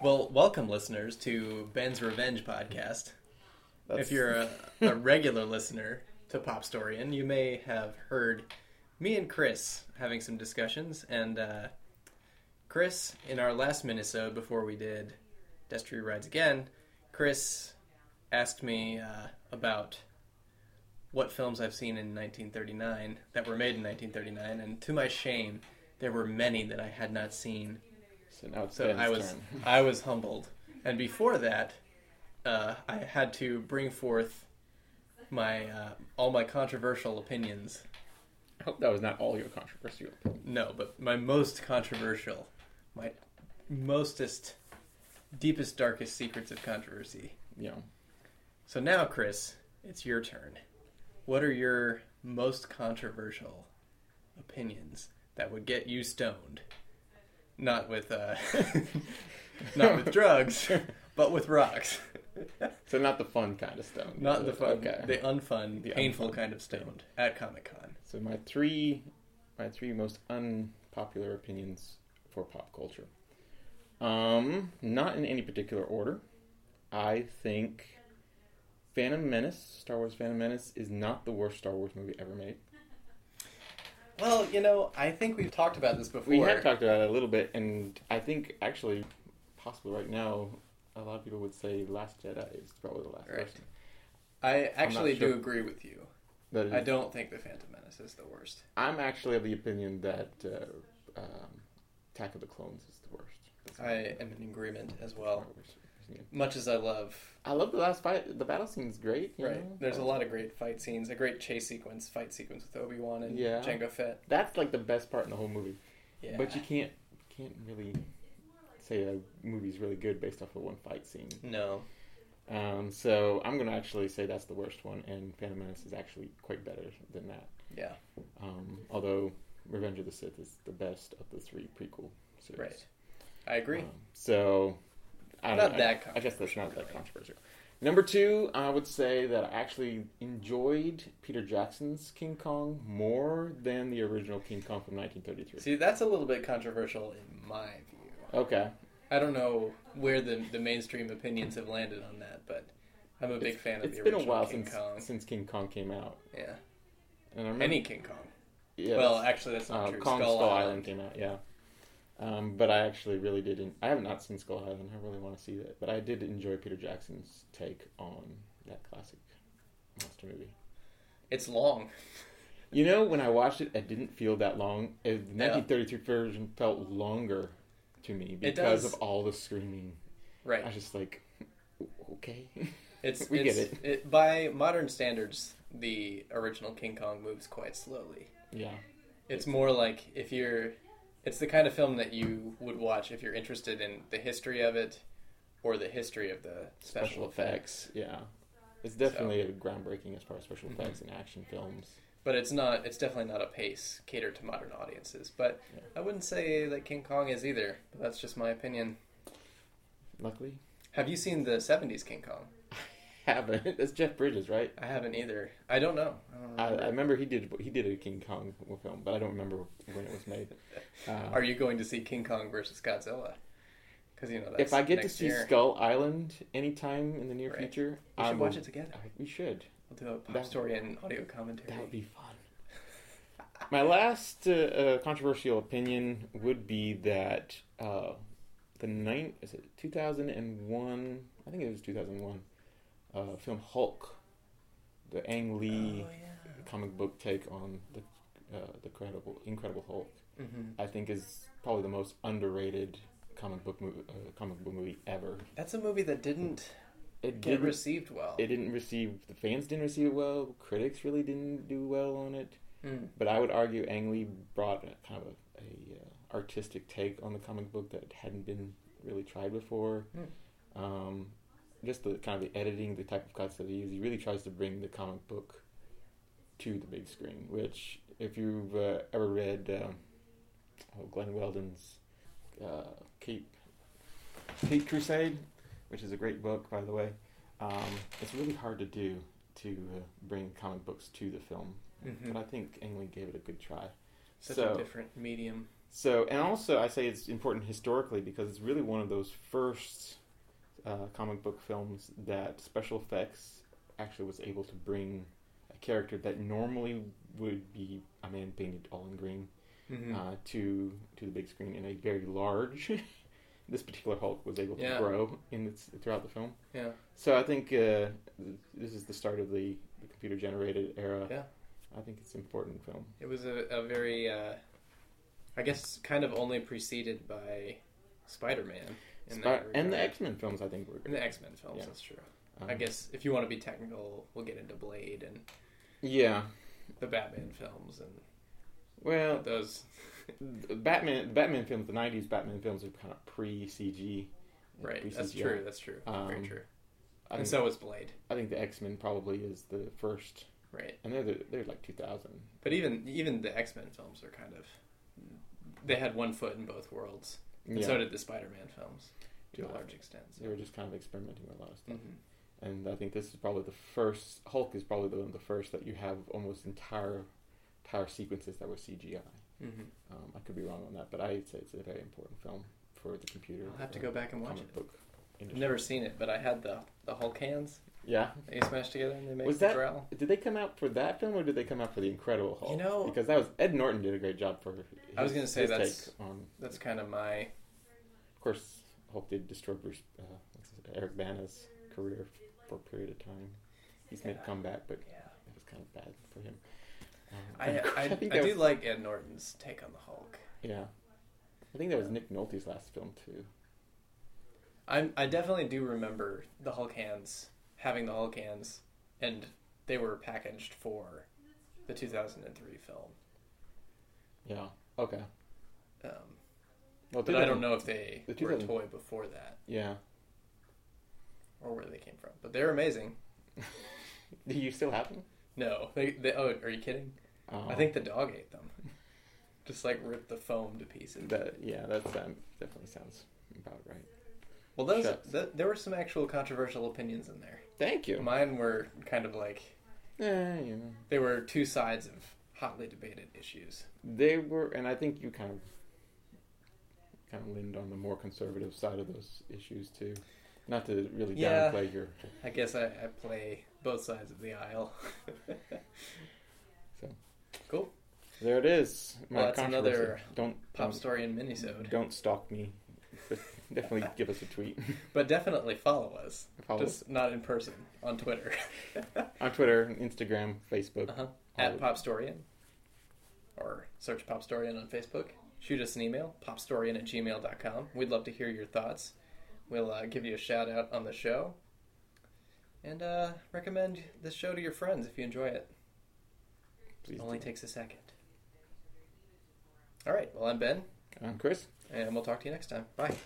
Well, welcome, listeners, to Ben's Revenge podcast. If you're a, a regular listener to Pop Storian, you may have heard me and Chris having some discussions. And uh, Chris, in our last Minnesota before we did Destry Rides Again, Chris asked me uh, about what films I've seen in 1939 that were made in 1939. And to my shame, there were many that I had not seen so now it's so Ben's I was turn. I was humbled, and before that, uh, I had to bring forth my uh, all my controversial opinions. I hope that was not all your controversial. opinion. No, but my most controversial, my mostest, deepest, darkest secrets of controversy. You know, So now, Chris, it's your turn. What are your most controversial opinions that would get you stoned? Not with uh, not with drugs, but with rocks. so not the fun kind of stone. Not the fun, Okay. the unfun, The painful unfun. kind of stoned at Comic Con. So my three, my three most unpopular opinions for pop culture. Um, not in any particular order. I think Phantom Menace, Star Wars Phantom Menace, is not the worst Star Wars movie ever made. Well, you know, I think we've talked about this before. We have talked about it a little bit, and I think actually, possibly right now, a lot of people would say Last Jedi is probably the last. Right. worst. I actually do sure. Mm-hmm. agree with you. That it I is- don't think the Phantom Menace is the worst. I'm actually of the opinion that uh, um, Attack of the Clones is the worst. That's my I opinion. am in agreement as well. Star Wars opinion. Much as I love I love the last fight. The battle scene's great. you Right. know? There's a lot of great fight scenes, a great chase sequence, fight sequence with Obi Wan and Yeah. Jango Fett. That's like the best part in the whole movie. Yeah. But you can't can't really say a movie's really good based off of one fight scene. no. Um, so I'm gonna actually say that's the worst one, and Phantom Menace is actually quite better than that. Yeah. Um, although Revenge of the Sith is the best of the three prequel series. Right. I agree. Um, so, I don't Not know. that I, I guess that's not controversial, that controversial. Number two, I would say that I actually enjoyed Peter Jackson's King Kong more than the original King Kong from 1933. See, that's a little bit controversial in my view. Okay, I don't know where the the mainstream opinions have landed on that, but I'm a big fan of it's the been original a while King since Mm-hmm. Kong. since King Kong came out, Yeah. and I remember Any King Kong. yeah, Well, actually, that's not uh, true. Kong Skull, Island. came out, yeah. Um, but I actually really didn't. I have not seen Skull Island. I really want to see that, but I did enjoy Peter Jackson's take on that classic monster movie. It's long. You know, when I watched it, it didn't feel that long. Uh, The Yeah. 1933 version felt longer to me It because does. of all the screaming. I Right. was just like, "O- okay. It's we it's get it. by modern standards, the original King Kong moves quite slowly. yeah. It's more like if you're, it's the kind of film that you would watch if you're interested in the history of it, or the history of the special, effects. Mm-hmm. Yeah. It's definitely groundbreaking as far as special effects and action films. But it's not. It's definitely not a pace catered to modern audiences. But Yeah. I wouldn't say that King Kong is either. But that's just my opinion. Luckily, Have you seen the '70s King Kong? haven't. That's Jeff Bridges, right? I haven't either. I don't know. I don't I, remember. I remember he did he did a King Kong film, but I don't remember when it was made. Uh, Are you going to see King Kong versus Godzilla? Because you know that's if I get to next see year. Skull Island anytime in the near Right. future, we should I'm- watch it together. I- we should. We'll do a pop That- story and audio commentary. That would be fun. My last uh, uh, controversial opinion would be that uh, the nine is it two thousand and one? I think it was two thousand one. Uh, film Hulk, the Ang Lee Oh yeah. comic book take on the uh, the credible Incredible Hulk. hmm I think is probably the most underrated comic book movie, uh, comic book movie ever. That's a movie that didn't It get didn't, received well. it didn't receive the fans didn't receive it well. Critics really didn't do well on it. Mm. But I would argue Ang Lee brought a, kind of a, a uh, artistic take on the comic book that hadn't been really tried before. Um, just the kind of the editing, the type of cuts that he uses. He really tries to bring the comic book to the big screen. Which, if you've uh, ever read um, oh, Glenn Weldon's uh, Cape Cape Crusade, which is a great book, by the way, um, it's really hard to do to uh, bring comic books to the film Mhm. but I think England gave it a good try. Such a so, different medium. So, and also I say it's important historically because it's really one of those first uh, comic book films that special effects actually was able to bring a character that normally would be a man painted all in green Mhm. uh, to to the big screen in a very large. this particular Hulk was able to Yeah. grow in its, throughout the film. Yeah. So I think uh, th- this is the start of the, the computer generated era. Yeah. I think it's an important film. It was a, a very, uh, I guess, kind of only preceded by Spider Man. Spi- and the X Men films, I think, were. and the X Men films, Yeah. that's true. um, I guess if you want to be technical, we'll get into Blade and Um, Yeah. the Batman films and Well, those. the Batman, the Batman films, the '90s Batman films are kind of pre CG. Right, that's true, that's true. Um, Very true. I and think, so was Blade. I think the X Men probably is the first, Right. and they're the, they're like 2000. But even even the X Men films are kind of. They had one foot in both worlds. And Yeah, so did the Spider Man films to a Yeah. large extent. So. they were just kind of experimenting with a lot of stuff. Mhm. and I think this is probably the first Hulk is probably the, one of the first that you have almost entire entire sequences that were CGI. Mhm. Um, I could be wrong on that, but I'd say it's a very important film for the computer. I'll have to uh, go back and watch comic it. book. I've Industry. never seen it, but I had the, the Hulk hands Yeah. that you smash together and they make Was the that- growl. Did they come out for that film or did they come out for the Incredible Hulk? You know- because that was Ed Norton did a great job for. His, I was gonna say his that's- take on. That's kind of my Of course, Hulk did destroy Bruce uh, what's his- Eric Bana's career for a period of time. He's made Yeah. a comeback, but yeah. it was kind of bad for him. Um, I I, I, think that do was- like Ed Norton's take on the Hulk. Yeah. I think that was Nick Nolte's last film too. I I definitely do remember the Hulk hands having the Hulk hands, and they were packaged for the 2003 film. Yeah. Okay. Um, Well, but I don't know if they the were a 2000 toy before that Yeah. or where they came from. But they're amazing. Do you still have them? No, they, they oh, are you kidding? Oh. I think the dog ate them. Just like ripped the foam to pieces. that. Yeah, that um, definitely sounds about right. well, those Shucks. th- there were some actual controversial opinions in there. Thank you. Mine were kind of like yeah, you know. they were two sides of hotly debated issues. They were, and I think you kind of, kind of leaned on the more conservative side of those issues too. Not to really Yeah. downplay your. I guess I, I play both sides of the aisle. So. cool. There it is. Well, that's controversy. another don't Pop don't, story and minisode. Don't stalk me. But definitely give us a tweet. But definitely follow us. Follow us Just not in person on Twitter. on Twitter, Instagram, Facebook. uh-huh. all At of- Popstorian. Or search Popstorian on Facebook. Shoot us an email, popstorian at gmail.com. We'd love to hear your thoughts. We'll uh, give you a shout out on the show. And uh, recommend this show to your friends if you enjoy it. Please. It only do. takes a second. All right. Well, I'm Ben, I'm Uh, Chris. and we'll talk to you next time. Bye.